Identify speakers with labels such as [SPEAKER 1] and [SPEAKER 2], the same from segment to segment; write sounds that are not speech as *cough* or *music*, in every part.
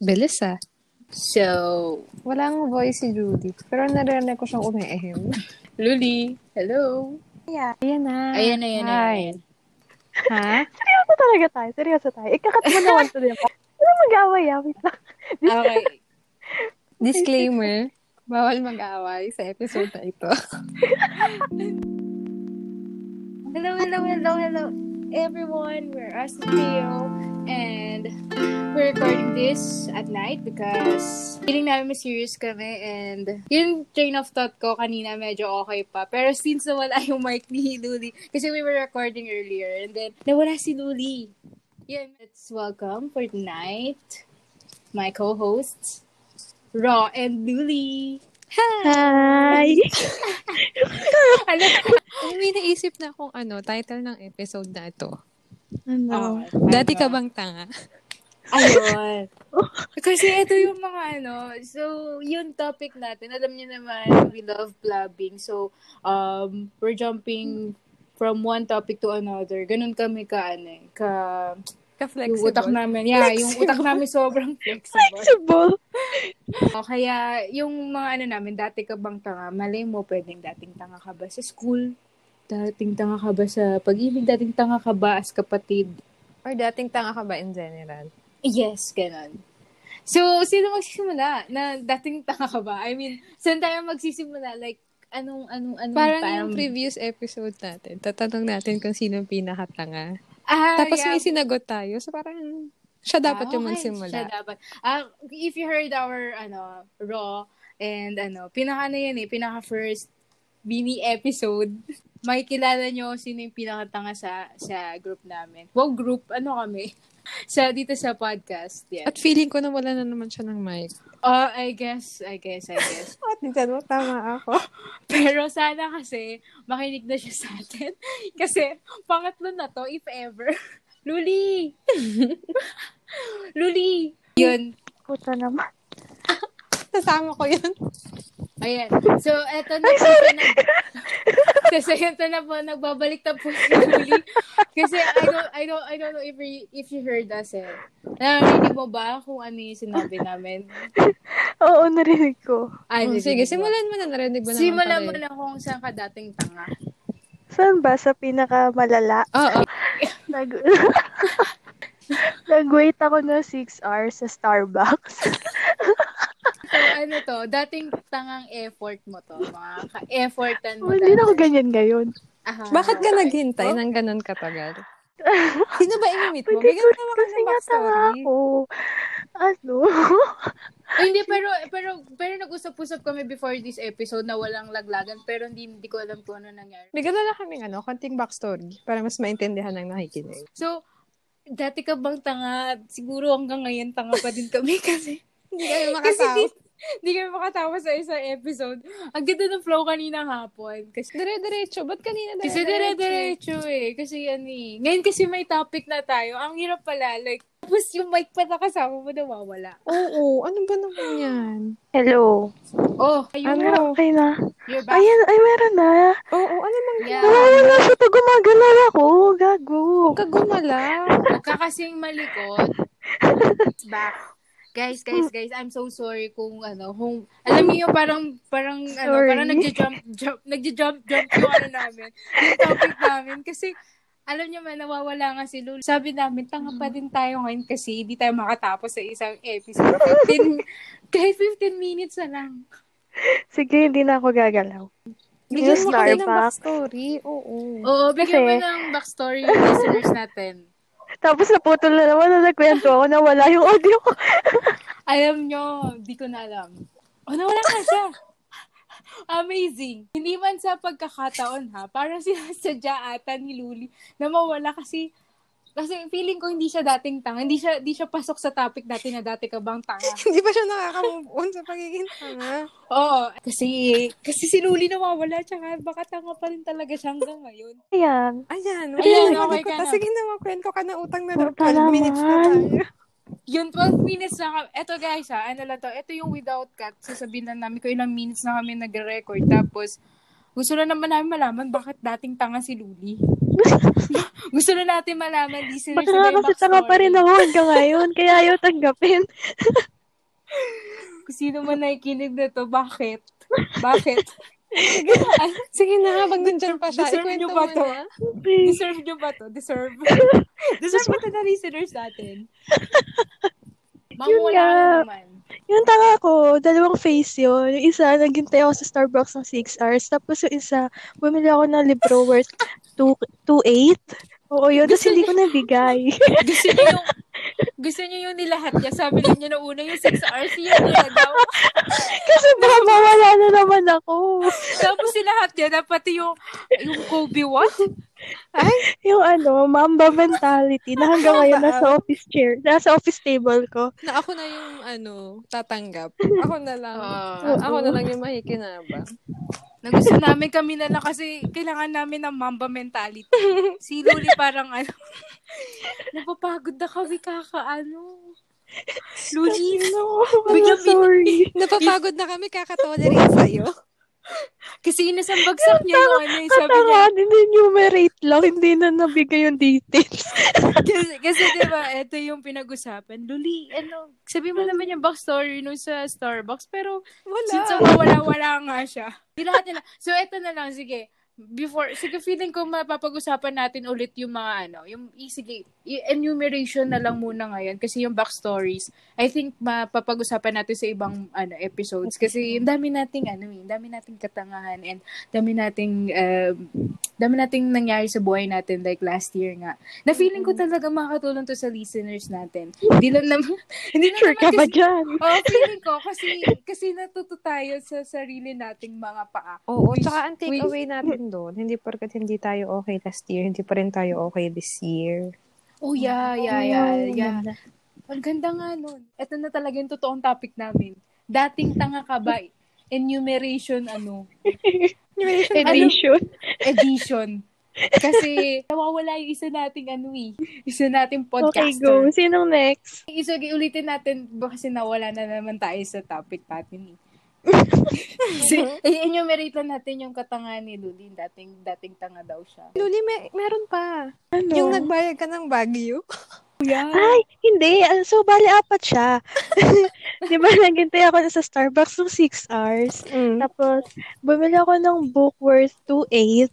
[SPEAKER 1] Bilis ah.
[SPEAKER 2] So,
[SPEAKER 3] Walang voice si Judith. Pero naririnig ko siyang umiihem.
[SPEAKER 2] Luli, hello.
[SPEAKER 3] Ayan na.
[SPEAKER 2] *laughs* Ayan na, ayan na.
[SPEAKER 3] Hi.
[SPEAKER 2] ayan.
[SPEAKER 3] Ha?
[SPEAKER 4] Seryoso talaga tayo. Seryoso tayo. Ikakatawa naman to din. Ano mag-away ah? Wait lang.
[SPEAKER 2] Okay.
[SPEAKER 3] Disclaimer. Bawal mag-away sa episode na ito.
[SPEAKER 2] Hello, hello, hello, hello, everyone. We're Astrio and we're recording this at night because feeling namin may serious kami and yung train of thought ko kanina medyo okay pa. Pero since nawala yung mic ni Luli, kasi we were recording earlier and then nawala si Luli. Yun, let's welcome for tonight my co-hosts, Raw and Luli.
[SPEAKER 4] Hi!
[SPEAKER 2] Ano?
[SPEAKER 1] Ay, may naisip na akong ano, title ng episode na ito.
[SPEAKER 4] Ano?
[SPEAKER 1] Dati ka bang tanga?
[SPEAKER 2] Ayun. Kasi ito yung mga ano, so yung topic natin, alam niyo naman, we love blabbing. So, um, we're jumping from one topic to another. Ganun kami ka, ano eh, ka, yung
[SPEAKER 1] *laughs* Ka-flexible.
[SPEAKER 2] utak namin, yeah, yung utak namin sobrang flexible.
[SPEAKER 4] Flexible.
[SPEAKER 2] O, kaya, yung mga ano namin, dati ka bang tanga, malay mo, pwedeng dating tanga ka ba sa school? Dating tanga ka ba sa pag-ibig? Dating tanga ka ba as kapatid?
[SPEAKER 3] Or dating tanga ka ba in general?
[SPEAKER 2] Yes, ganun. So, sino magsisimula? Na dating tanga ka ba? I mean, saan tayo magsisimula? Like, anong, anong, anong,
[SPEAKER 1] Parang yung previous episode natin, tatanong natin kung sino yung pinakatanga.
[SPEAKER 2] Ah,
[SPEAKER 1] Tapos
[SPEAKER 2] yeah.
[SPEAKER 1] may sinagot tayo. So parang siya dapat
[SPEAKER 2] Ah,
[SPEAKER 1] yung
[SPEAKER 2] okay.
[SPEAKER 1] magsimula.
[SPEAKER 2] Siya dapat. Ah, if you heard our, ano, raw, and ano, pinaka na yun eh, pinaka first mini episode, *laughs* makikilala nyo sino yung pinakatanga sa, sa group namin. Wow, group, ano kami? *laughs* sa dito sa podcast. Yeah.
[SPEAKER 1] At feeling ko na wala na naman siya ng mic.
[SPEAKER 2] Oh, I guess, I guess, I guess.
[SPEAKER 3] At dyan mo, tama
[SPEAKER 1] *laughs*
[SPEAKER 3] ako.
[SPEAKER 2] *laughs* Pero sana kasi makinig na siya sa atin. *laughs* Kasi pangatlo na to, if ever. *laughs* Luli! *laughs* Luli! Yun.
[SPEAKER 4] Puta naman.
[SPEAKER 3] Kasama ko yun.
[SPEAKER 2] Ayan. So, eto na po. Ito na, *laughs* kasi ito na po, nagbabalik na po si Luli. Kasi I don't, I don't, I don't know if you, if you heard us eh. Narinig mo ba kung ano yung sinabi namin?
[SPEAKER 4] Oo, narinig ko.
[SPEAKER 2] Ay,
[SPEAKER 1] Oh, sige,
[SPEAKER 2] narinig mo.
[SPEAKER 1] simulan mo na. Narinig mo na
[SPEAKER 2] Simulan mo na kung saan ka dating tanga.
[SPEAKER 4] Saan ba? Sa pinakamalala.
[SPEAKER 1] Oo.
[SPEAKER 4] Nag... *laughs* Nag-wait ako na 6 hours sa Starbucks.
[SPEAKER 2] So, ano to, dating tangang effort mo to, mga ka-effortan mo.
[SPEAKER 4] Hindi na ako ganyan ngayon.
[SPEAKER 2] Aha.
[SPEAKER 1] Bakit ka naghintay ng ganun katagal? Sino ba i-meet mo? Bigyan mo naman kasi
[SPEAKER 4] Kasi
[SPEAKER 1] ng
[SPEAKER 4] nga tanga
[SPEAKER 1] backstory.
[SPEAKER 4] ako. Ano?
[SPEAKER 2] Ay, hindi, pero, pero, pero nag-usap-usap kami before this episode na walang laglagan, pero hindi, hindi ko alam kung ano nangyari.
[SPEAKER 1] Bigyan na lang kami ano, konting backstory para mas maintindihan ng nakikinig.
[SPEAKER 2] So, dati ka bang tanga? Siguro hanggang ngayon tanga pa din kami *laughs* kasi.
[SPEAKER 1] Hindi kayo
[SPEAKER 2] kasi di, di kami makatawa sa isang episode. Ang ganda ng flow kanina hapon. Kasi,
[SPEAKER 1] Dire-diretso. Ba't kanina
[SPEAKER 2] kasi dire-diretso eh. Kasi yan eh. Ngayon kasi may topic na tayo. Ang hirap pala. Like, tapos yung mic pa na kasama mo nawawala.
[SPEAKER 1] Oo. Ano ba naman yan?
[SPEAKER 4] Hello.
[SPEAKER 2] Oh, ayun.
[SPEAKER 1] Ano?
[SPEAKER 4] Okay na.
[SPEAKER 2] You're back.
[SPEAKER 4] Ayan, ay meron na.
[SPEAKER 1] Oo. Ano bang
[SPEAKER 2] Yeah.
[SPEAKER 4] Nawawala siya to. Gumagalaw ako. Gago.
[SPEAKER 1] kagumala?
[SPEAKER 2] Huwag ka kasing malikot. It's back. Guys, guys, guys, I'm so sorry kung ano, kung, alam niyo yung parang, parang, ano,
[SPEAKER 4] Sorry.
[SPEAKER 2] parang nagja-jump, jump, nagja-jump, jump yung ano namin, yung topic namin. Kasi, alam niyo man, nawawala nga si Lulu. Sabi namin, tanga pa din tayo ngayon kasi hindi tayo makatapos sa isang episode. 15, kahit 15 minutes na lang.
[SPEAKER 4] Sige, hindi na ako gagalaw.
[SPEAKER 1] Bigyan
[SPEAKER 4] Yung
[SPEAKER 1] mo kami ng
[SPEAKER 4] Starbucks.
[SPEAKER 1] backstory. Oo. *laughs*
[SPEAKER 2] Oo, bigyan mo
[SPEAKER 4] Kasi-
[SPEAKER 2] ng backstory yung listeners natin.
[SPEAKER 4] Tapos naputol na naman na nagkwento ako na wala yung audio ko.
[SPEAKER 2] Alam nyo, di ko na alam. O, nawala na siya. Amazing. Hindi man sa pagkakataon ha, parang sinasadya ata ni Luli na mawala kasi kasi feeling ko hindi siya dating tanga. Hindi siya, hindi siya pasok sa topic dati na dati ka bang tanga.
[SPEAKER 1] Hindi pa siya nakaka-move on sa pagiging tanga.
[SPEAKER 2] Oo. Kasi, kasi si Luli nawawala tsaka baka tanga pa rin talaga siya hanggang ngayon.
[SPEAKER 4] Ayan.
[SPEAKER 1] Ayan.
[SPEAKER 2] Ayan,
[SPEAKER 1] wala
[SPEAKER 2] okay
[SPEAKER 1] ko ta-
[SPEAKER 2] ka na.
[SPEAKER 1] Sige na, magkwento ka na utang na loob.
[SPEAKER 4] Puta
[SPEAKER 1] 12 minutes na
[SPEAKER 4] naman.
[SPEAKER 1] tayo.
[SPEAKER 2] Yun, 12 minutes na kami. Eto guys ha, ano lang to. Ito yung without cut. Sasabihin lang namin kung ilang minutes na kami nagre-record. Tapos, gusto na naman namin malaman bakit dating tanga si
[SPEAKER 4] *laughs*
[SPEAKER 2] Luli. gusto na natin malaman, listeners,
[SPEAKER 4] Baka nga
[SPEAKER 2] yung
[SPEAKER 4] kasi tanga pa rin
[SPEAKER 2] backstory.
[SPEAKER 4] ako hanggang ngayon. Kaya ayaw tanggapin.
[SPEAKER 2] Kung sino man nakikinig na to, bakit?
[SPEAKER 4] *laughs*
[SPEAKER 2] Bakit?
[SPEAKER 1] Sige na, habang nandiyan pa siya,
[SPEAKER 2] Deserve
[SPEAKER 1] ikwento
[SPEAKER 2] niyo
[SPEAKER 1] mo
[SPEAKER 2] ba to?
[SPEAKER 1] na.
[SPEAKER 2] Deserve nyo ba to?
[SPEAKER 4] *laughs*
[SPEAKER 2] Deserve. Deserve ba to na listeners natin? Mangwala
[SPEAKER 4] nga.
[SPEAKER 2] ka naman.
[SPEAKER 4] Yung tanga ko, dalawang face yun. Yung isa, naghintay ako sa Starbucks ng 6 hours. Tapos yung isa, bumili ako ng libro worth 2.8. Oo yun. Tapos hindi ko nabigay. *laughs*
[SPEAKER 2] Gusto niyo yung, gusto niyo yung nilahat niya. Sabi lang niya na una yung 6 hours niya nilagaw.
[SPEAKER 4] Kasi baka mawala na naman ako.
[SPEAKER 2] Tapos nilahat niya na pati yung, yung Kobe what?
[SPEAKER 4] Yung ano, mamba mentality na hanggang ngayon nasa office chair, nasa office table ko. *laughs*
[SPEAKER 1] Na ako na yung, ano, tatanggap. Ako na lang.
[SPEAKER 2] Ah.
[SPEAKER 1] A- ako na lang yung makikinabang.
[SPEAKER 2] Na gusto namin kami na lang kasi kailangan namin ng mamba mentality. Si Luli parang ano, napapagod na kami kaka ano. Luli,
[SPEAKER 4] No,
[SPEAKER 2] Bigla
[SPEAKER 4] I'm
[SPEAKER 2] bin-
[SPEAKER 4] sorry.
[SPEAKER 1] Napapagod na kami, kakatolerate sa'yo.
[SPEAKER 2] kasi inasang bagsak niya yung ano, eh, sabi niya,
[SPEAKER 4] Katangan, hindi numerate lang, hindi na nabigay yung details.
[SPEAKER 2] kasi, kasi diba, ito yung pinag-usapan. Luli, ano, sabi mo naman yung backstory nung sa Starbucks, pero
[SPEAKER 1] Wala.
[SPEAKER 2] Since wala-wala nga siya. Nilahat nila. So, eto na lang, sige. Before, sige, feeling ko mapapag-usapan natin ulit yung mga ano, yung, i- sige, i- enumeration na lang muna ngayon kasi yung backstories, I think mapapag-usapan natin sa ibang ano episodes kasi yung dami nating ano, eh, dami nating katangahan and dami nating um, dami nating nangyari sa buhay natin like last year nga. Na feeling ko talaga makakatulong to sa listeners natin. Hindi lang naman, *laughs* hindi lang
[SPEAKER 4] Sure
[SPEAKER 2] naman
[SPEAKER 4] ka
[SPEAKER 2] kasi
[SPEAKER 4] ba dyan?
[SPEAKER 2] Oh, feeling ko kasi kasi natuto tayo sa sarili nating mga paa.
[SPEAKER 1] Oo,
[SPEAKER 2] Which-
[SPEAKER 1] tsaka ang
[SPEAKER 2] which-
[SPEAKER 1] takeaway natin doon, hindi porkat hindi tayo okay last year, hindi pa rin tayo okay this year.
[SPEAKER 2] Oh, yeah, yeah, yeah, yeah. Ang ganda nga nun. Ito na talaga yung totoong topic namin. Dating tanga ka ba? Enumeration, ano?
[SPEAKER 4] Ano? Edition.
[SPEAKER 2] Edition. Kasi nawawala yung isa nating ano eh. Isa nating
[SPEAKER 4] Okay, go.
[SPEAKER 2] podcaster.
[SPEAKER 4] Sinong next?
[SPEAKER 2] Okay, so ulitin natin baka kasi nawala na naman tayo sa topic natin eh. Kasi i-enumerate lang natin yung katangahan ni Lulin. Dating, dating tanga daw siya.
[SPEAKER 1] Luli, may, meron pa.
[SPEAKER 4] Ano?
[SPEAKER 1] Yung nagbayad ka ng Baguio.
[SPEAKER 4] Ay, hindi. Ah, So, bali apat siya. *laughs* Di ba, naghintay ako sa Starbucks ng 6 hours.
[SPEAKER 1] Mm.
[SPEAKER 4] Tapos, bumili ako ng book worth 2.8.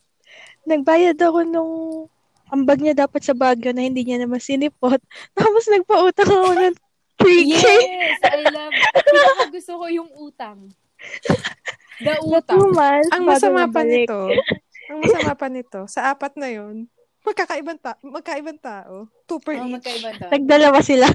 [SPEAKER 4] Nagbayad ako nung ambag niya dapat sa Baguio na hindi niya naman sinipot. *laughs* Tapos, nagpautang ako ng 3K.
[SPEAKER 2] Yes! I love Pinaka gusto ko yung utang. The
[SPEAKER 4] Na two
[SPEAKER 2] utang.
[SPEAKER 4] months
[SPEAKER 1] Ang
[SPEAKER 4] bago
[SPEAKER 1] masama pa
[SPEAKER 4] nabalik.
[SPEAKER 1] nito, ang masama pa nito, sa apat na yon magkakaibang, ta- magkaibang tao. Two per
[SPEAKER 2] Oh,
[SPEAKER 1] each.
[SPEAKER 2] magkaiba to.
[SPEAKER 4] Nagdalawa sila.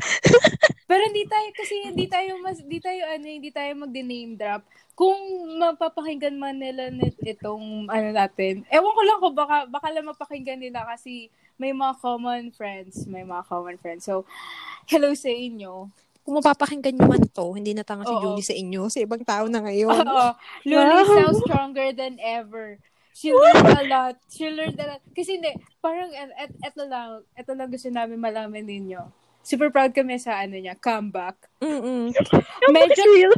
[SPEAKER 2] Pero hindi tayo kasi hindi tayo mas hindi tayo ano hindi tayo magdi-name drop. Kung mapapakinggan man nila nit- itong ano natin. Ewan ko lang ko baka baka lang mapakinggan nila kasi may mga common friends, may mga common friends. So hello sa inyo.
[SPEAKER 1] Kung mapapakinggan nyo man to, hindi na tanga si
[SPEAKER 2] Oo.
[SPEAKER 1] Julie sa inyo, sa ibang tao na ngayon.
[SPEAKER 2] Oo. Luli now stronger than ever. She learned a lot. She learned a lot. Kasi hindi, parang et, et, eto lang, eto lang gusto namin malaman ninyo. Super proud kami sa ano niya, comeback.
[SPEAKER 1] *laughs* Mm-mm.
[SPEAKER 2] Medyo,
[SPEAKER 4] *laughs* Real.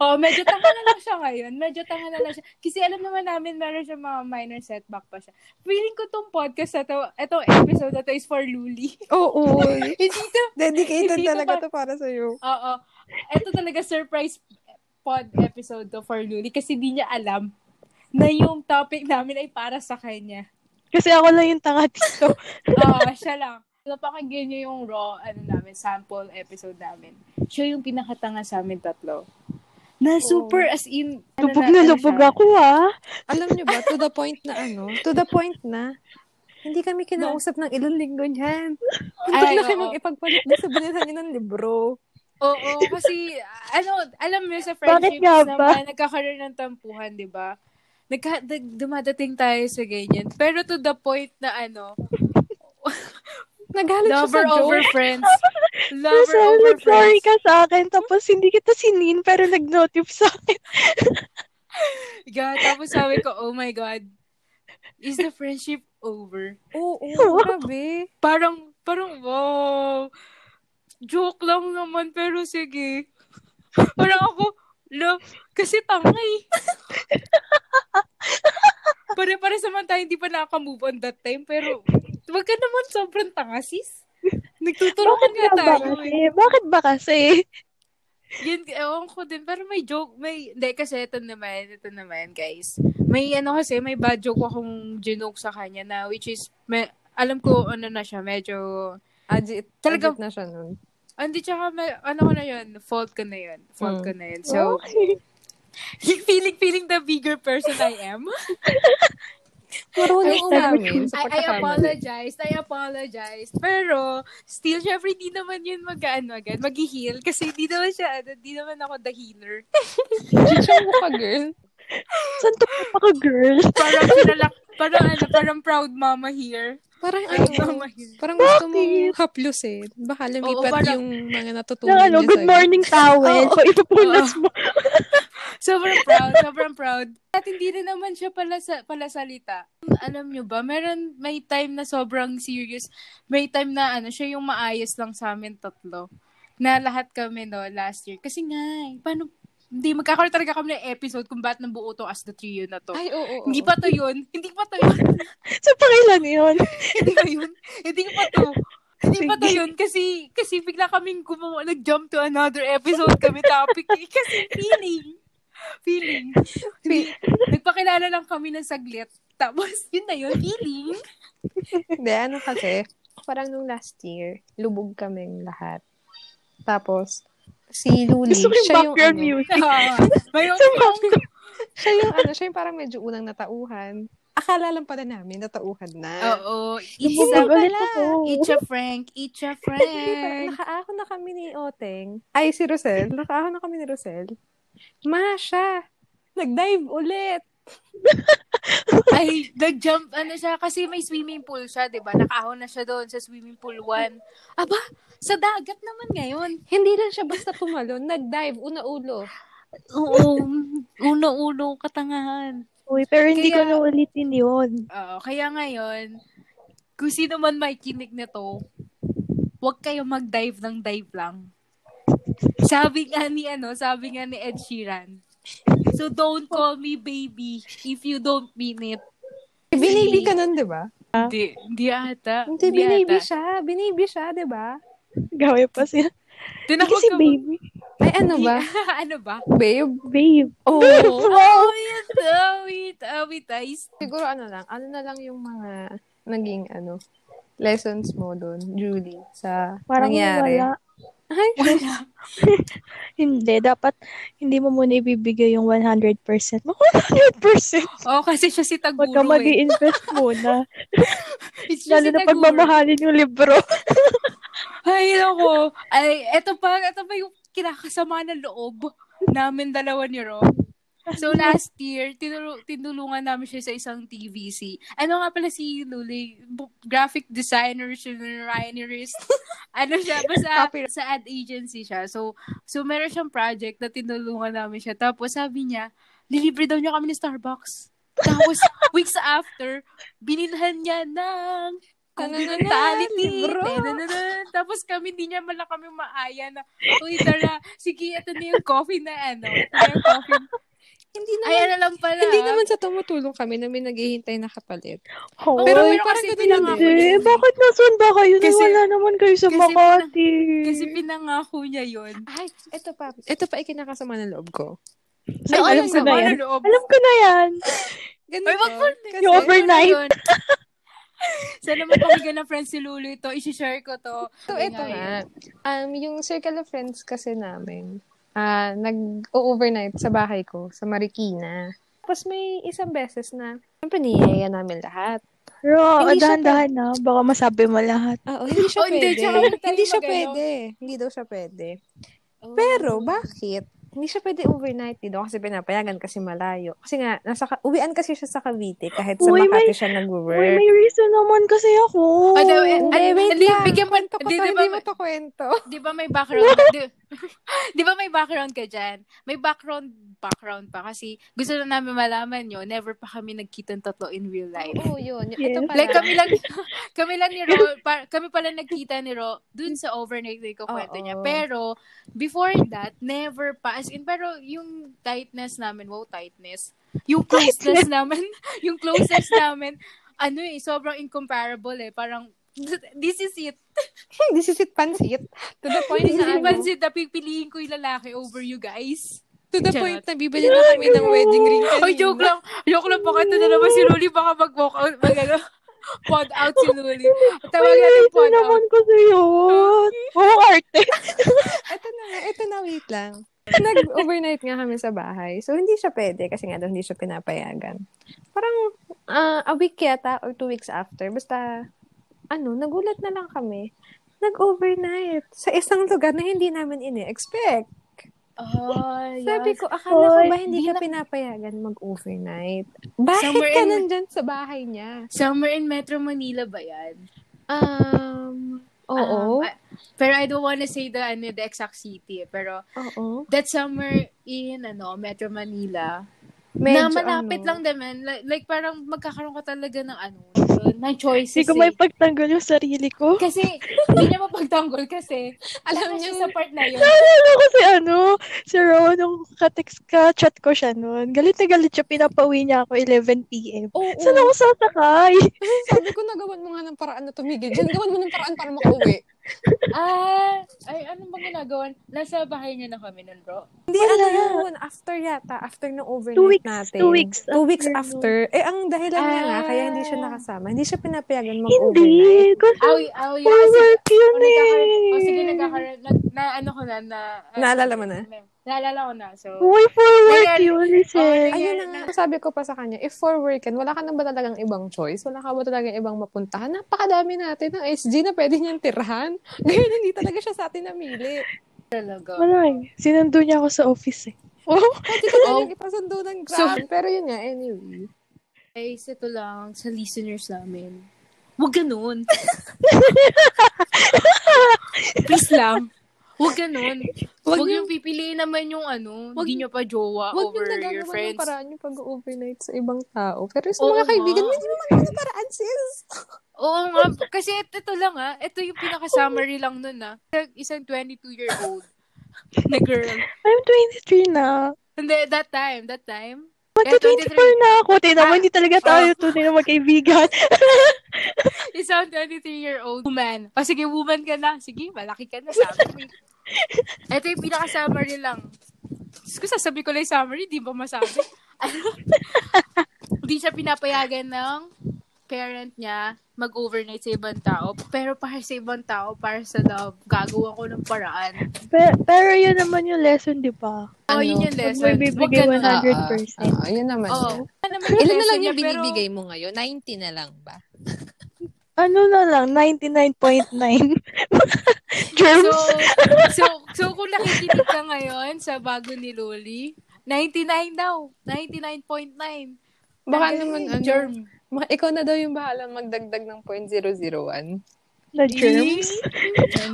[SPEAKER 2] oh, medyo tanga na lang siya ngayon. Medyo tanga na lang siya. Kasi alam naman namin meron siya mga minor setback pa siya. Feeling ko tong podcast na to, etong episode na to is for Luli. *laughs*
[SPEAKER 1] *laughs* Oo.
[SPEAKER 2] Hindi to,
[SPEAKER 1] Dedicated
[SPEAKER 2] Hindi ko
[SPEAKER 1] talaga
[SPEAKER 2] pa-
[SPEAKER 1] to para sa'yo.
[SPEAKER 2] oo. Ito talaga surprise pod episode to for Luli kasi di niya alam na yung topic namin ay para sa kanya.
[SPEAKER 4] Kasi ako lang yung tanga dito.
[SPEAKER 2] Oo, *laughs* siya lang. Napakinggan niyo yung raw, ano namin, sample episode namin. Siya yung pinakatanga sa amin tatlo. Na super, as in, ano
[SPEAKER 4] *laughs* Lubog na
[SPEAKER 2] ano
[SPEAKER 4] lubog
[SPEAKER 2] siya.
[SPEAKER 4] ako ah.
[SPEAKER 1] Alam nyo ba, to the point na ano, to the point na, hindi kami kinausap ng ilang linggo niyan. Punta
[SPEAKER 2] Ay,
[SPEAKER 1] na kayo
[SPEAKER 2] oo.
[SPEAKER 1] mag-ipagpalit na sa binilhan niyo ng libro.
[SPEAKER 2] Oo, kasi, ano, alam mo sa
[SPEAKER 4] Bakit
[SPEAKER 2] friendships
[SPEAKER 4] nga ba?
[SPEAKER 2] naman, nagkakaroon ng tampuhan, di ba? Nagka, nag- dumadating tayo sa ganyan. Pero to the point na, ano,
[SPEAKER 1] Nagalit siya sa
[SPEAKER 2] lover
[SPEAKER 1] Joe.
[SPEAKER 4] *laughs*
[SPEAKER 2] over friends. Lover
[SPEAKER 4] Kasi
[SPEAKER 2] over
[SPEAKER 4] nag-sorry
[SPEAKER 2] friends.
[SPEAKER 4] ka sa akin. Tapos hindi kita sinin pero nag-notif sa akin.
[SPEAKER 2] God, tapos sabi ko, oh my God, is the friendship over?
[SPEAKER 1] Oo, *laughs* grabe.
[SPEAKER 2] Parang, parang, wow. Joke lang naman, pero sige. Parang ako, lo, kasi tangay. Pare-pare sa man tayo, hindi pa nakaka-move on that time, pero wag ka naman sobrang tanga, sis. Nagtuturuan
[SPEAKER 4] Bakit
[SPEAKER 2] nga
[SPEAKER 4] nga ba
[SPEAKER 2] tayo.
[SPEAKER 4] kasi?
[SPEAKER 2] eh.
[SPEAKER 4] Bakit ba kasi?
[SPEAKER 2] Yun, ewan ko din. Pero may joke, may, hindi kasi ito naman, ito naman guys. May ano kasi, may bad joke akong ginoke sa kanya na which is, may, alam ko ano na siya, medyo,
[SPEAKER 1] Ajit,
[SPEAKER 2] Talaga-
[SPEAKER 1] ajit na siya nun.
[SPEAKER 2] ah, hindi tsaka, may, ano ko na yun, fault ko na yun. Fault
[SPEAKER 1] Mm.
[SPEAKER 2] ko na yun. So, *laughs* feeling, feeling the bigger person I *laughs* am.
[SPEAKER 1] Marunong
[SPEAKER 2] Ay,
[SPEAKER 1] umamin sa
[SPEAKER 2] I, I
[SPEAKER 1] pagkakamali.
[SPEAKER 2] apologize. I apologize. Pero, still, syempre, hindi naman yun mag-ano agad, mag-heal. Kasi hindi naman siya, ano, hindi naman ako the healer.
[SPEAKER 1] Chichong mo ka, girl.
[SPEAKER 4] Saan to pa ako, girl?
[SPEAKER 2] Parang, pinalak, parang, ano, parang proud mama here. *laughs*
[SPEAKER 1] Parang
[SPEAKER 2] Ay,
[SPEAKER 1] ano,
[SPEAKER 2] mama here.
[SPEAKER 1] parang gusto mo
[SPEAKER 4] Bakit?
[SPEAKER 1] haplusin. Baka lumipat
[SPEAKER 2] Oo, parang-
[SPEAKER 1] yung mga natutunan
[SPEAKER 4] Ng ano,
[SPEAKER 1] niya
[SPEAKER 4] good
[SPEAKER 1] sa'yo.
[SPEAKER 4] morning towel.
[SPEAKER 2] Oo.
[SPEAKER 4] So, ipupunas mo.
[SPEAKER 1] *laughs*
[SPEAKER 2] Sobrang proud, sobrang proud. At hindi rin naman siya pala, sa, pala salita. Alam nyo ba, meron, may time na sobrang serious. May time na ano, siya yung maayos lang sa amin tatlo. Na lahat kami no, last year. Kasi nga, eh, paano, hindi magkakaroon talaga kami ng episode kung ba't nabuo to as the trio na to.
[SPEAKER 1] Ay, oo, oo.
[SPEAKER 2] Hindi pa to yun. Hindi pa to yun.
[SPEAKER 4] So, pakailan yun?
[SPEAKER 2] Hindi pa yun. Hindi pa to. Hindi pa to
[SPEAKER 4] Sige.
[SPEAKER 2] yun kasi kasi bigla kaming gumawa, nag-jump to another episode kami topic eh. Kasi feeling. Feeling. Hindi- Nagpakilala lang kami ng saglit. Tapos, yun na yun,
[SPEAKER 4] *laughs*
[SPEAKER 2] feeling.
[SPEAKER 1] Hindi, ano kasi, parang nung last year, lubog kaming lahat. Tapos, si Luli,
[SPEAKER 4] Gusto ko yung
[SPEAKER 1] siya yung,
[SPEAKER 4] background
[SPEAKER 1] ano,
[SPEAKER 4] music.
[SPEAKER 2] Ah, Mayroon yung
[SPEAKER 1] siya yung, ano, siya yung parang medyo unang natauhan. Akala lang pala namin, natauhan na.
[SPEAKER 2] Oo. It's
[SPEAKER 4] Isa
[SPEAKER 2] a,
[SPEAKER 4] ulit ako.
[SPEAKER 2] it's a Frank. It's a Frank.
[SPEAKER 1] Nakaako na kami ni Oteng. Ay, si Rosel. Nakaako na kami ni Rosel. Masha! Nag-dive ulit!
[SPEAKER 2] Ay, nag-jump, ano siya, kasi may swimming pool siya, di ba? Nakahon na siya doon sa swimming pool 1. Aba, sa dagat naman ngayon.
[SPEAKER 1] Hindi lang siya basta tumalon. Nag-dive, una-ulo.
[SPEAKER 2] *laughs* Oo, uno-uno katangahan.
[SPEAKER 4] Uy, pero hindi ko
[SPEAKER 2] Kaya-
[SPEAKER 4] na ulitin yun.
[SPEAKER 2] Oo, kaya ngayon, kung sino man may kinig na to, huwag kayo mag-dive ng dive lang. Sabi nga ni, ano, sabi nga ni Ed Sheeran, So don't call me baby if you don't mean it.
[SPEAKER 1] Binibi ka nun, di ba?
[SPEAKER 2] Hindi, hindi ata.
[SPEAKER 1] Hindi, binibi siya. Binibi siya, di ba?
[SPEAKER 4] Gawin pa siya.
[SPEAKER 2] Tinawag
[SPEAKER 4] Kasi
[SPEAKER 2] ka ba-
[SPEAKER 4] baby. diba?
[SPEAKER 1] Ay, ano ba?
[SPEAKER 2] *laughs* ano ba?
[SPEAKER 1] Babe?
[SPEAKER 4] Babe.
[SPEAKER 1] Oh,
[SPEAKER 2] Oh, wait, oh, wait, oh, wait, guys.
[SPEAKER 1] *laughs*
[SPEAKER 4] *laughs*
[SPEAKER 1] siguro ano lang, ano na lang yung mga naging ano, lessons mo doon, Julie, sa
[SPEAKER 4] Parang
[SPEAKER 1] nangyari.
[SPEAKER 4] wala.
[SPEAKER 1] Ay,
[SPEAKER 4] Hindi, dapat hindi mo muna ibibigay yung 100%. Mo 100%!
[SPEAKER 2] Oh, kasi siya si
[SPEAKER 4] Huwag ka
[SPEAKER 2] Taguro
[SPEAKER 4] mag
[SPEAKER 2] eh.
[SPEAKER 4] invest
[SPEAKER 2] *laughs*
[SPEAKER 4] muna.
[SPEAKER 2] It's siya
[SPEAKER 4] Lalo
[SPEAKER 2] si
[SPEAKER 4] na
[SPEAKER 2] Taguro.
[SPEAKER 4] pagmamahalin yung libro.
[SPEAKER 2] Ay, nako. Ay, eto pa, eto pa yung kinakasama ng loob namin dalawa ni Rob. So, last year, tinulu- tinulungan namin siya sa isang TVC. Ano nga pala si Luli? Bu- graphic designer siya, Ryanerist. Ano siya? Basta sa ad agency siya. So, so meron siyang project na tinulungan namin siya. Tapos sabi niya, lilibre daw niya kami ni Starbucks. Tapos, weeks after, binilhan niya ng
[SPEAKER 1] Tanananan,
[SPEAKER 2] Tality.
[SPEAKER 1] libro.
[SPEAKER 2] Tapos kami, hindi niya mala kami maaya na, uy, tara, sige, ito na yung coffee na ano. Ito na yung coffee.
[SPEAKER 1] hindi
[SPEAKER 2] Ay,
[SPEAKER 1] naman,
[SPEAKER 2] ano lang pala.
[SPEAKER 1] hindi naman sa tumutulong kami na may naghihintay na kapalit.
[SPEAKER 4] Hoy,
[SPEAKER 2] Pero
[SPEAKER 1] Oy,
[SPEAKER 2] meron
[SPEAKER 1] parang
[SPEAKER 2] kasi
[SPEAKER 1] ganun
[SPEAKER 2] pinangako
[SPEAKER 1] din.
[SPEAKER 4] hindi. Eh,
[SPEAKER 2] niya. yun.
[SPEAKER 4] Bakit nasun ba kayo? na
[SPEAKER 2] Kasi-
[SPEAKER 4] wala naman kayo sa
[SPEAKER 2] kasi-
[SPEAKER 4] Makati.
[SPEAKER 2] Kasi pinangako niya yun.
[SPEAKER 1] Ay, ito pa. Ito pa ikinakasama ng loob ko.
[SPEAKER 2] Ay,
[SPEAKER 4] Ay, alam
[SPEAKER 2] ano
[SPEAKER 4] ko na
[SPEAKER 2] naman,
[SPEAKER 4] yan.
[SPEAKER 2] ano, ob-
[SPEAKER 4] Alam ko na yan.
[SPEAKER 1] Ganito.
[SPEAKER 2] Ay, wag mo.
[SPEAKER 1] Kasi,
[SPEAKER 4] Yung over- overnight.
[SPEAKER 2] Ano yun? *laughs* Sana mapakinggan ng friends si Lulu ito. Isishare ko to.
[SPEAKER 1] So, ito nga. Um, yung circle of friends kasi namin, ah nag-overnight sa bahay ko, sa Marikina. Tapos may isang beses na, siyempre niyaya namin lahat.
[SPEAKER 4] Pero,
[SPEAKER 1] Hindi siya
[SPEAKER 4] dahan-dahan na. Baka masabi mo lahat.
[SPEAKER 1] Oo, hindi *laughs* siya
[SPEAKER 2] Oh, hindi,
[SPEAKER 1] pwede.
[SPEAKER 2] tsaka huwag
[SPEAKER 1] Hindi,
[SPEAKER 2] tayo
[SPEAKER 1] siya
[SPEAKER 2] mag-ano.
[SPEAKER 1] pwede. Hindi daw siya pwede. Pero, bakit? Hindi siya pwede overnight dito kasi pinapayagan kasi malayo. Kasi nga, nasa, Ka- uwian kasi siya sa Cavite kahit sa
[SPEAKER 4] Uy,
[SPEAKER 1] Makati
[SPEAKER 4] may-
[SPEAKER 1] siya
[SPEAKER 4] Uy,
[SPEAKER 1] nag-work.
[SPEAKER 4] may reason naman kasi ako.
[SPEAKER 2] Ano, eh,
[SPEAKER 1] Hindi,
[SPEAKER 2] Ay,
[SPEAKER 1] wait
[SPEAKER 2] hindi,
[SPEAKER 1] lang.
[SPEAKER 2] bigyan mo-
[SPEAKER 1] Kwento ko to,
[SPEAKER 2] hindi, di ba
[SPEAKER 1] hindi mo
[SPEAKER 2] may-
[SPEAKER 1] to kwento.
[SPEAKER 2] Di ba may
[SPEAKER 4] *laughs*
[SPEAKER 2] background? di, *laughs* di ba may background ka dyan? May background, background pa. Kasi gusto na namin malaman nyo, never pa kami nagkita ng tatlo in real life.
[SPEAKER 1] Oo, yun.
[SPEAKER 4] Yes.
[SPEAKER 1] Ito pala.
[SPEAKER 2] Like kami *laughs* lang kami lang ni Ro, pa- kami pala nagkita ni Ro dun sa overnight na kwento
[SPEAKER 1] Oo.
[SPEAKER 2] niya. Pero before that, never pa as in pero yung tightness namin, wow, tightness. Yung closeness namin, *laughs* yung closeness namin, ano eh, sobrang incomparable eh. Parang this is it.
[SPEAKER 1] This is it, pansit. To the point
[SPEAKER 2] Hindi
[SPEAKER 1] na,
[SPEAKER 2] si
[SPEAKER 1] ano,
[SPEAKER 2] Pansit na pipiliin ko yung lalaki over you guys. Ano
[SPEAKER 1] to the
[SPEAKER 2] Charot.
[SPEAKER 1] point na bibili na kami ng wedding ring kanina.
[SPEAKER 2] Ay, joke lang. Joke lang, baka ito na naman si Luli, baka mag-walk out, mag ano, *laughs* pod out si Luli. Tawag natin ano?
[SPEAKER 4] Ay, ito
[SPEAKER 2] pod out.
[SPEAKER 4] naman kasi
[SPEAKER 2] *laughs*
[SPEAKER 4] yun. Oo, arte.
[SPEAKER 1] Ito na, ito na, wait lang. Nag-overnight nga kami sa bahay. So, hindi siya pwede kasi nga daw hindi siya pinapayagan. Parang ah, a week yata or two weeks after. Basta, ano, nagulat na lang kami. Nag-overnight sa isang lugar na hindi namin ini-expect. *laughs*
[SPEAKER 2] Ay,
[SPEAKER 1] Sabi ko, akala ko ba hindi
[SPEAKER 2] Hindi
[SPEAKER 1] ka
[SPEAKER 2] na-
[SPEAKER 1] pinapayagan mag-overnight? Bakit
[SPEAKER 2] Somewhere
[SPEAKER 1] ka
[SPEAKER 2] in-
[SPEAKER 1] nandyan sa bahay niya?
[SPEAKER 2] Summer in Metro Manila ba yan?
[SPEAKER 1] Um, oo.
[SPEAKER 2] Um, I- pero I don't wanna say the, ano, the exact city. eh. Pero
[SPEAKER 1] oo.
[SPEAKER 2] that summer in ano, Metro Manila,
[SPEAKER 1] Medyo,
[SPEAKER 2] na
[SPEAKER 1] ano,
[SPEAKER 2] malapit lang naman. Like, like, parang magkakaroon ka talaga ng ano, ng choices.
[SPEAKER 4] Hindi ko
[SPEAKER 2] eh.
[SPEAKER 4] may pagtanggol yung sarili ko.
[SPEAKER 2] Kasi, hindi niya mapagtanggol kasi
[SPEAKER 1] Alam
[SPEAKER 2] alam niya
[SPEAKER 1] niyo,
[SPEAKER 2] sa part na yun.
[SPEAKER 4] Naalala ko si ano, si Ron, nung katext ka, chat ko siya noon. Galit na galit siya, pinapauwi niya ako 11pm.
[SPEAKER 1] oo.
[SPEAKER 4] Saan ako sasakay?
[SPEAKER 1] Sabi ko, nagawan mo nga ng paraan na tumigil dyan. Gawan mo ng paraan para makauwi.
[SPEAKER 2] Ah, ay, anong bang ginagawa? Nasa bahay niya na kami nun, bro.
[SPEAKER 1] Hindi, ano yun? After yata. After ng overnight
[SPEAKER 4] Two weeks,
[SPEAKER 1] natin.
[SPEAKER 4] two weeks
[SPEAKER 1] Two weeks
[SPEAKER 4] after
[SPEAKER 1] after. Eh, ang dahilan niya nga,
[SPEAKER 2] Ah.
[SPEAKER 1] kaya hindi siya nakasama. Hindi siya pinapayagan mag-overnight.
[SPEAKER 4] Hindi, kasi
[SPEAKER 2] Awi, awi.
[SPEAKER 4] for work
[SPEAKER 2] O,
[SPEAKER 4] yun
[SPEAKER 2] Oh, nagkakaroon,
[SPEAKER 4] eh.
[SPEAKER 2] o sige, nagkakaroon, na, na ano ko na, na,
[SPEAKER 1] Naalala mo na?
[SPEAKER 2] Naalala ko na, so.
[SPEAKER 4] Uy, for work
[SPEAKER 2] Nangyari-
[SPEAKER 4] yun,
[SPEAKER 2] Oo,
[SPEAKER 4] Lisette.
[SPEAKER 1] Ayun na nga, sabi ko pa sa kanya, if for work yan, wala ka na ba talagang ibang choice? Wala ka ba talagang ibang mapuntahan? Napakadami natin ng SG na pwede niyang tirahan. *laughs* Ngayon, hindi talaga siya sa atin namili.
[SPEAKER 2] Talaga.
[SPEAKER 4] Wala eh. Sinundo niya ako sa office eh.
[SPEAKER 1] Pwede ka na rin ipasundo ng grab. Pero yun nga, anyway.
[SPEAKER 2] Guys, ito lang, sa listeners namin. Huwag
[SPEAKER 1] *laughs*
[SPEAKER 2] ganun. Please lang. Huwag ganun. Huwag yung pipiliin naman yung ano,
[SPEAKER 1] Huwag-
[SPEAKER 2] hindi nyo pa jowa
[SPEAKER 1] Huwag
[SPEAKER 2] over
[SPEAKER 1] yung
[SPEAKER 2] your
[SPEAKER 1] nagagawa
[SPEAKER 2] friends.
[SPEAKER 1] ng paraan yung pag-overnight sa ibang tao. Pero sa
[SPEAKER 2] Oo
[SPEAKER 1] mga
[SPEAKER 2] nga.
[SPEAKER 1] kaibigan, hindi mo magawa ng paraan, sis.
[SPEAKER 2] Oo nga, kasi ito, ito lang ah, ito yung pinaka-summary lang nun ah. Isang
[SPEAKER 1] *laughs*
[SPEAKER 2] 22-year-old na girl.
[SPEAKER 4] I'm 23 na.
[SPEAKER 2] Hindi, that time, that time.
[SPEAKER 4] Magka
[SPEAKER 2] Eh, 23.
[SPEAKER 4] 24 na ako. Tingnan mo,
[SPEAKER 2] Ah,
[SPEAKER 4] hindi talaga tayo tunay na magkaibigan.
[SPEAKER 2] Isang 23-year-old woman. O sige, woman ka na. Sige, malaki ka na. Sabi. Ito yung pinaka-summary lang. Diyos ko, sasabi ko lang yung summary, di ba masabi? Hindi siya pinapayagan ng parent niya mag-overnight sa ibang tao. Pero para sa ibang tao, para sa love, gagawa ko ng paraan.
[SPEAKER 4] Pe- pero yun naman yung lesson, di ba?
[SPEAKER 2] Oh,
[SPEAKER 1] Ano?
[SPEAKER 2] yun yung
[SPEAKER 4] Huwag
[SPEAKER 2] lesson.
[SPEAKER 4] may bibigay
[SPEAKER 2] Huwag ganun.
[SPEAKER 4] 100%.
[SPEAKER 1] Oo, Ah, yun naman.
[SPEAKER 2] Oo.
[SPEAKER 1] yun.
[SPEAKER 2] Ano naman
[SPEAKER 5] Ilan na lang
[SPEAKER 2] lesson
[SPEAKER 5] yung
[SPEAKER 2] niya, pero-
[SPEAKER 5] binibigay mo ngayon? 90 na lang ba?
[SPEAKER 4] ano na lang, 99.9 germs.
[SPEAKER 2] So, so, so kung nakikinig ka ngayon sa bago ni Loli, 99 daw. 99.9.
[SPEAKER 1] Baka naman, ano,
[SPEAKER 2] Germ.
[SPEAKER 1] ma- ikaw na daw yung bahalang magdagdag ng 0.001.
[SPEAKER 4] *laughs* na germs.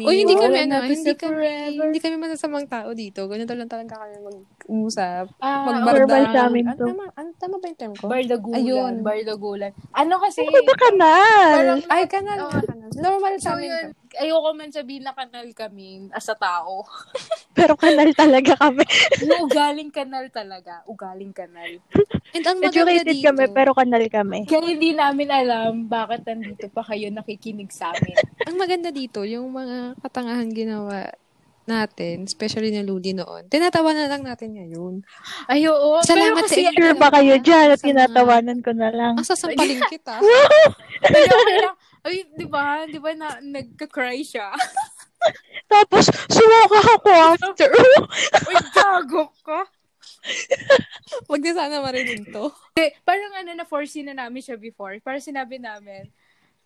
[SPEAKER 1] O, hindi
[SPEAKER 2] Wala
[SPEAKER 1] kami,
[SPEAKER 2] na
[SPEAKER 1] ano,
[SPEAKER 2] to
[SPEAKER 1] hindi
[SPEAKER 2] sa
[SPEAKER 1] kami,
[SPEAKER 2] forever.
[SPEAKER 1] hindi kami masasamang tao dito. Ganito lang talaga kami mag-usap.
[SPEAKER 2] Ah,
[SPEAKER 1] Magbarda.
[SPEAKER 4] verbal sa amin
[SPEAKER 1] Ano,
[SPEAKER 4] to.
[SPEAKER 1] tama, ano, tama ba yung term ko?
[SPEAKER 2] Bardagulan.
[SPEAKER 1] Ayun.
[SPEAKER 2] Bardagulan. Ano kasi,
[SPEAKER 4] Ano ba kanal?
[SPEAKER 2] parang,
[SPEAKER 1] Ay, kanal,
[SPEAKER 2] Oo.
[SPEAKER 1] kanal. Normal
[SPEAKER 2] so
[SPEAKER 1] sa amin to.
[SPEAKER 2] yun, ayoko man sabihin na kanal kami as a tao. *laughs*
[SPEAKER 4] Pero kanal talaga kami.
[SPEAKER 2] Yung ugaling kanal talaga. Ugaling kanal.
[SPEAKER 5] And ang maganda
[SPEAKER 4] Educated
[SPEAKER 5] dito,
[SPEAKER 4] kami, pero kanal kami.
[SPEAKER 2] Kaya hindi namin alam bakit nandito pa kayo nakikinig sa amin.
[SPEAKER 5] ang maganda dito, yung mga katangahan ginawa natin, especially ni Luli noon, tinatawa na lang natin ngayon.
[SPEAKER 2] Ay, oo.
[SPEAKER 5] Salamat
[SPEAKER 2] pero kasi,
[SPEAKER 5] sa
[SPEAKER 4] Sure ba kayo dyan at
[SPEAKER 5] Sa mga-
[SPEAKER 4] tinatawanan ko na lang?
[SPEAKER 5] Ang sasampaling
[SPEAKER 2] *laughs*
[SPEAKER 5] kita.
[SPEAKER 2] Pero okay lang. Ay, di ba? Di ba na, nagka-cry siya? *laughs*
[SPEAKER 4] Tapos, sumuka ako after. *laughs*
[SPEAKER 2] Uy, gago ka.
[SPEAKER 5] Huwag niya sana marinig to.
[SPEAKER 2] Eh, parang ano, na-foresee na namin siya before. Parang sinabi namin,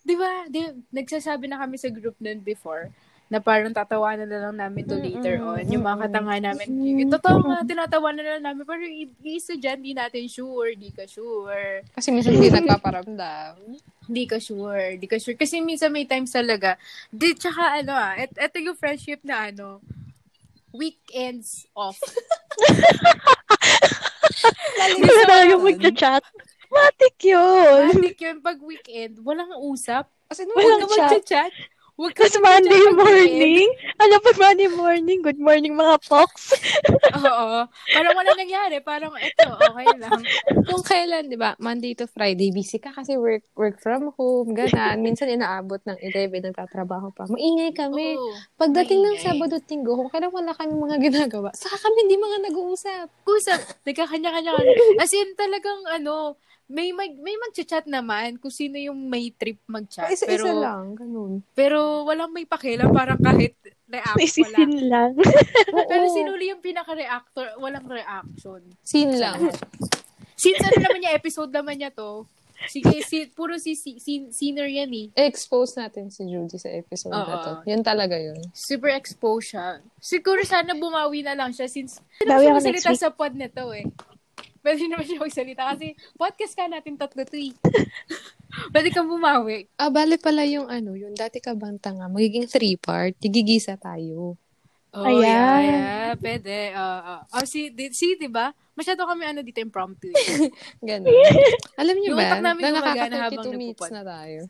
[SPEAKER 2] di ba, di, nagsasabi na kami sa group nun before na parang tatawanan na lang namin to later on. Yung mga katanga namin. Yung totoo nga, tinatawanan na lang namin. Pero i- isa dyan, di natin sure, di ka sure.
[SPEAKER 1] Kasi minsan
[SPEAKER 2] *laughs*
[SPEAKER 1] hindi nagpaparamdam.
[SPEAKER 2] Di ka sure, di ka sure. Kasi minsan may times talaga. Di, tsaka ano ah, et, eto yung friendship na ano, weekends off.
[SPEAKER 4] Hindi na talaga magcha-chat. Matik yun.
[SPEAKER 2] Matik yun, pag weekend, walang usap.
[SPEAKER 1] Kasi
[SPEAKER 2] Walang
[SPEAKER 1] nung
[SPEAKER 2] ka
[SPEAKER 4] chat.
[SPEAKER 2] magchat-chat.
[SPEAKER 5] Huwag ka na
[SPEAKER 4] Tapos Monday
[SPEAKER 5] masyadong
[SPEAKER 4] morning, alam pa Monday morning, good morning mga pox.
[SPEAKER 2] Oo. Parang wala nangyari. Parang ito, okay lang.
[SPEAKER 5] mag-edit. Kung kailan, di ba, Monday to Friday, busy ka kasi work work from home,
[SPEAKER 2] *laughs*
[SPEAKER 5] ganun. Minsan inaabot ng 11, nagtatrabaho pa. Maingay kami.
[SPEAKER 2] Oo.
[SPEAKER 5] Pagdating ng
[SPEAKER 2] maingay.
[SPEAKER 5] Sabado at Linggo, kung kailan wala kami mga *laughs* ginagawa, saka kami hindi mga nag-uusap.
[SPEAKER 2] Kusap. Nagkakanya-kanya kami. As in, talagang ano, may mag may magcha-chat naman kung sino yung may trip mag-chat.
[SPEAKER 5] Isa-isa
[SPEAKER 2] pero
[SPEAKER 5] lang, ganun.
[SPEAKER 2] pero walang may pakialam parang kahit react wala.
[SPEAKER 4] Isisin lang. *laughs*
[SPEAKER 2] Pero sinuli yung pinaka-reactor, walang reaction.
[SPEAKER 5] Scene lang.
[SPEAKER 2] Since ano naman niya, episode naman niya to. Sige, si, puro si, si, si senior yan eh.
[SPEAKER 5] expose natin si Judy sa episode na to.
[SPEAKER 2] Oo.
[SPEAKER 5] Yun talaga yun.
[SPEAKER 2] Super exposed siya. Siguro sana bumawi na lang siya since
[SPEAKER 4] Bawi
[SPEAKER 2] siya
[SPEAKER 4] ako next
[SPEAKER 2] magsalita
[SPEAKER 4] week.
[SPEAKER 2] sa pod na to eh. Pwede naman siya magsalita kasi podcast ka natin tatlo to
[SPEAKER 4] *laughs*
[SPEAKER 2] eh. Pwede kang bumawi.
[SPEAKER 5] Ah, bale pala yung ano, yung dati ka bang tanga, magiging three-part, gigigisa tayo.
[SPEAKER 2] Oh,
[SPEAKER 4] Ayan.
[SPEAKER 2] yeah, yeah. Pwede. Uh, oh, si, di, si, di ba? Masyado kami ano dito impromptu.
[SPEAKER 4] *laughs*
[SPEAKER 2] eh.
[SPEAKER 5] *laughs* Ganun. Alam niyo
[SPEAKER 2] Yung
[SPEAKER 5] ba,
[SPEAKER 2] utak
[SPEAKER 5] na
[SPEAKER 2] namin gumagana habang
[SPEAKER 5] nakaka-32 minutes
[SPEAKER 2] nagpupod.
[SPEAKER 5] na tayo.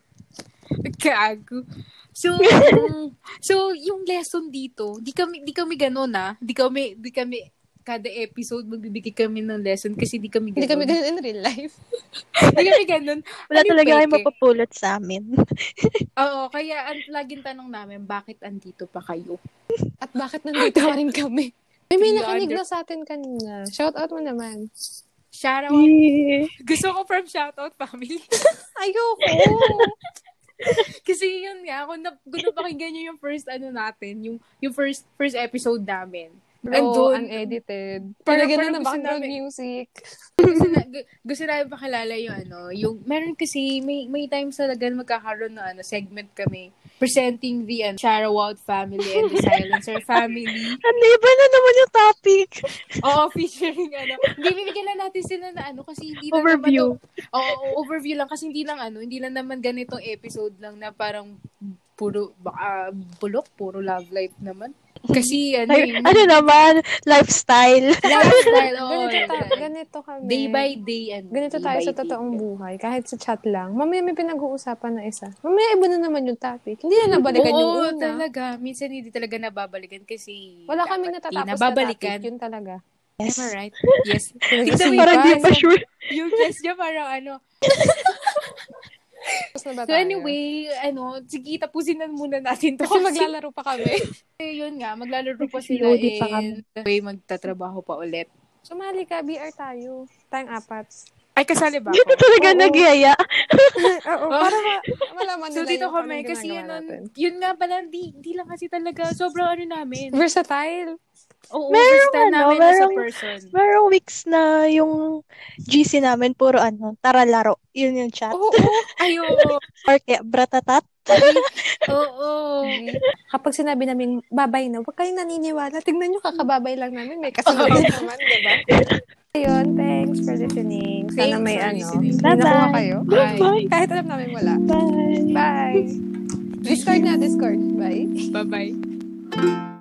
[SPEAKER 2] Gago.
[SPEAKER 4] *laughs*
[SPEAKER 2] So, so yung lesson dito, di kami di kami ganoon ah. Di kami di kami kada episode magbibigay kami ng lesson kasi di
[SPEAKER 5] *laughs*
[SPEAKER 2] kami
[SPEAKER 5] Hindi kami
[SPEAKER 2] ganun.
[SPEAKER 5] ganun in real life.
[SPEAKER 2] Hindi kami ganun.
[SPEAKER 4] *laughs*
[SPEAKER 2] Ano
[SPEAKER 4] Wala
[SPEAKER 2] yung
[SPEAKER 4] talaga kayo
[SPEAKER 2] peke?
[SPEAKER 4] mapapulot sa amin.
[SPEAKER 2] Oo, kaya ang laging tanong namin, bakit andito pa kayo?
[SPEAKER 5] At bakit nandito pa rin kami? May may
[SPEAKER 2] Beyond
[SPEAKER 5] nakinig
[SPEAKER 2] your-
[SPEAKER 5] na sa atin kanina. Shout out mo naman.
[SPEAKER 2] Shoutout. Gusto ko from shoutout family. *laughs*
[SPEAKER 5] Ayoko!
[SPEAKER 2] Kasi yun nga, kung, na, kung napakinggan nyo yung first ano natin, yung, yung first first episode namin.
[SPEAKER 5] *laughs* Bro, unedited. Parang
[SPEAKER 2] Parang-
[SPEAKER 5] ganun ang
[SPEAKER 2] parang gusto
[SPEAKER 5] background
[SPEAKER 2] namin-
[SPEAKER 5] music.
[SPEAKER 2] gusto, na, gu- gusto namin pakilala yung ano, yung, meron kasi, may, may times talaga na magkakaroon ng ano, segment kami presenting the ano, Sharawad family and *laughs* the Silencer family.
[SPEAKER 4] Ano iba na naman yung topic?
[SPEAKER 2] Oo, *laughs* featuring ano. Hindi, bibigyan lang natin sila na ano kasi hindi lang
[SPEAKER 4] Overview.
[SPEAKER 2] naman to- Oo, oo, overview lang kasi hindi lang ano, hindi lang naman ganitong episode lang na parang puro, baka bulok, puro love life naman. Kasi
[SPEAKER 1] *laughs*
[SPEAKER 2] ano,
[SPEAKER 4] Ay,
[SPEAKER 2] yung
[SPEAKER 4] ano naman? Lifestyle.
[SPEAKER 2] lifestyle,
[SPEAKER 5] oh,
[SPEAKER 2] oo.
[SPEAKER 1] ganito, ta-
[SPEAKER 2] ganun.
[SPEAKER 1] ganito kami.
[SPEAKER 2] Day by day, ano.
[SPEAKER 1] Ganito
[SPEAKER 2] day
[SPEAKER 1] tayo
[SPEAKER 2] by
[SPEAKER 1] sa
[SPEAKER 2] day.
[SPEAKER 1] totoong buhay. Kahit sa chat lang. Mamaya may pinag-uusapan na isa. Mamaya iba na naman yung topic. Hindi na nabalikan
[SPEAKER 2] Oo,
[SPEAKER 1] yung una.
[SPEAKER 2] talaga. Minsan hindi talaga nababalikan kasi
[SPEAKER 1] Wala kami
[SPEAKER 2] dapat di
[SPEAKER 1] natatapos
[SPEAKER 2] nababalikan.
[SPEAKER 1] na topic. Yun talaga.
[SPEAKER 4] Yes.
[SPEAKER 2] Am I right?
[SPEAKER 1] *laughs*
[SPEAKER 2] Yes.
[SPEAKER 4] Kasi
[SPEAKER 2] Kasi
[SPEAKER 4] parang di
[SPEAKER 2] iba,
[SPEAKER 4] ba sure?
[SPEAKER 2] Yung guess niya parang ano.
[SPEAKER 5] Tapos na ba
[SPEAKER 2] So
[SPEAKER 5] tayo?
[SPEAKER 2] anyway, ano, sige, tapusin na muna natin to.
[SPEAKER 5] kasi maglalaro pa kami.
[SPEAKER 2] *laughs* Eh, yun nga, maglalaro pa
[SPEAKER 4] Si
[SPEAKER 2] sila in
[SPEAKER 4] Lodi pa kami.
[SPEAKER 2] way magtatrabaho pa ulit.
[SPEAKER 1] Sumali ka, BR tayo. Tayong apat. *laughs*
[SPEAKER 2] Ay, kasali *laughs* ba
[SPEAKER 4] Dito
[SPEAKER 2] ako?
[SPEAKER 4] talaga nagyaya.
[SPEAKER 1] Oo,
[SPEAKER 2] Oh.
[SPEAKER 1] para ma- malaman nila
[SPEAKER 2] *laughs* So, dito
[SPEAKER 1] yung
[SPEAKER 2] kami,
[SPEAKER 1] anong
[SPEAKER 2] kasi yun,
[SPEAKER 1] ginagawa
[SPEAKER 2] nun-
[SPEAKER 1] natin.
[SPEAKER 2] yun nga pala, di, di lang kasi talaga, sobrang ano namin.
[SPEAKER 5] Versatile.
[SPEAKER 2] Oo,
[SPEAKER 4] Merong
[SPEAKER 2] first time
[SPEAKER 4] ano,
[SPEAKER 2] namin as a
[SPEAKER 4] merong-
[SPEAKER 2] person.
[SPEAKER 4] Merong weeks na yung GC namin puro ano, tara laro. Yun yung chat.
[SPEAKER 5] Oo, oo.
[SPEAKER 2] Ay, oo.
[SPEAKER 4] Or kaya bratatat.
[SPEAKER 2] Oo.
[SPEAKER 1] Kapag sinabi namin, babay na, huwag kayong naniniwala. Tignan nyo, kakababay lang namin. May kasunod
[SPEAKER 2] *laughs*
[SPEAKER 1] naman, di ba? Ayun, thanks for listening. Sana
[SPEAKER 2] Thanks
[SPEAKER 1] may
[SPEAKER 2] for
[SPEAKER 1] ano.
[SPEAKER 2] listening.
[SPEAKER 1] May nakuha
[SPEAKER 4] Bye-bye.
[SPEAKER 1] kayo.
[SPEAKER 4] Bye.
[SPEAKER 1] Kahit alam namin wala.
[SPEAKER 4] Bye.
[SPEAKER 1] Bye! Discord na, Discord. Bye!
[SPEAKER 2] Bye-bye.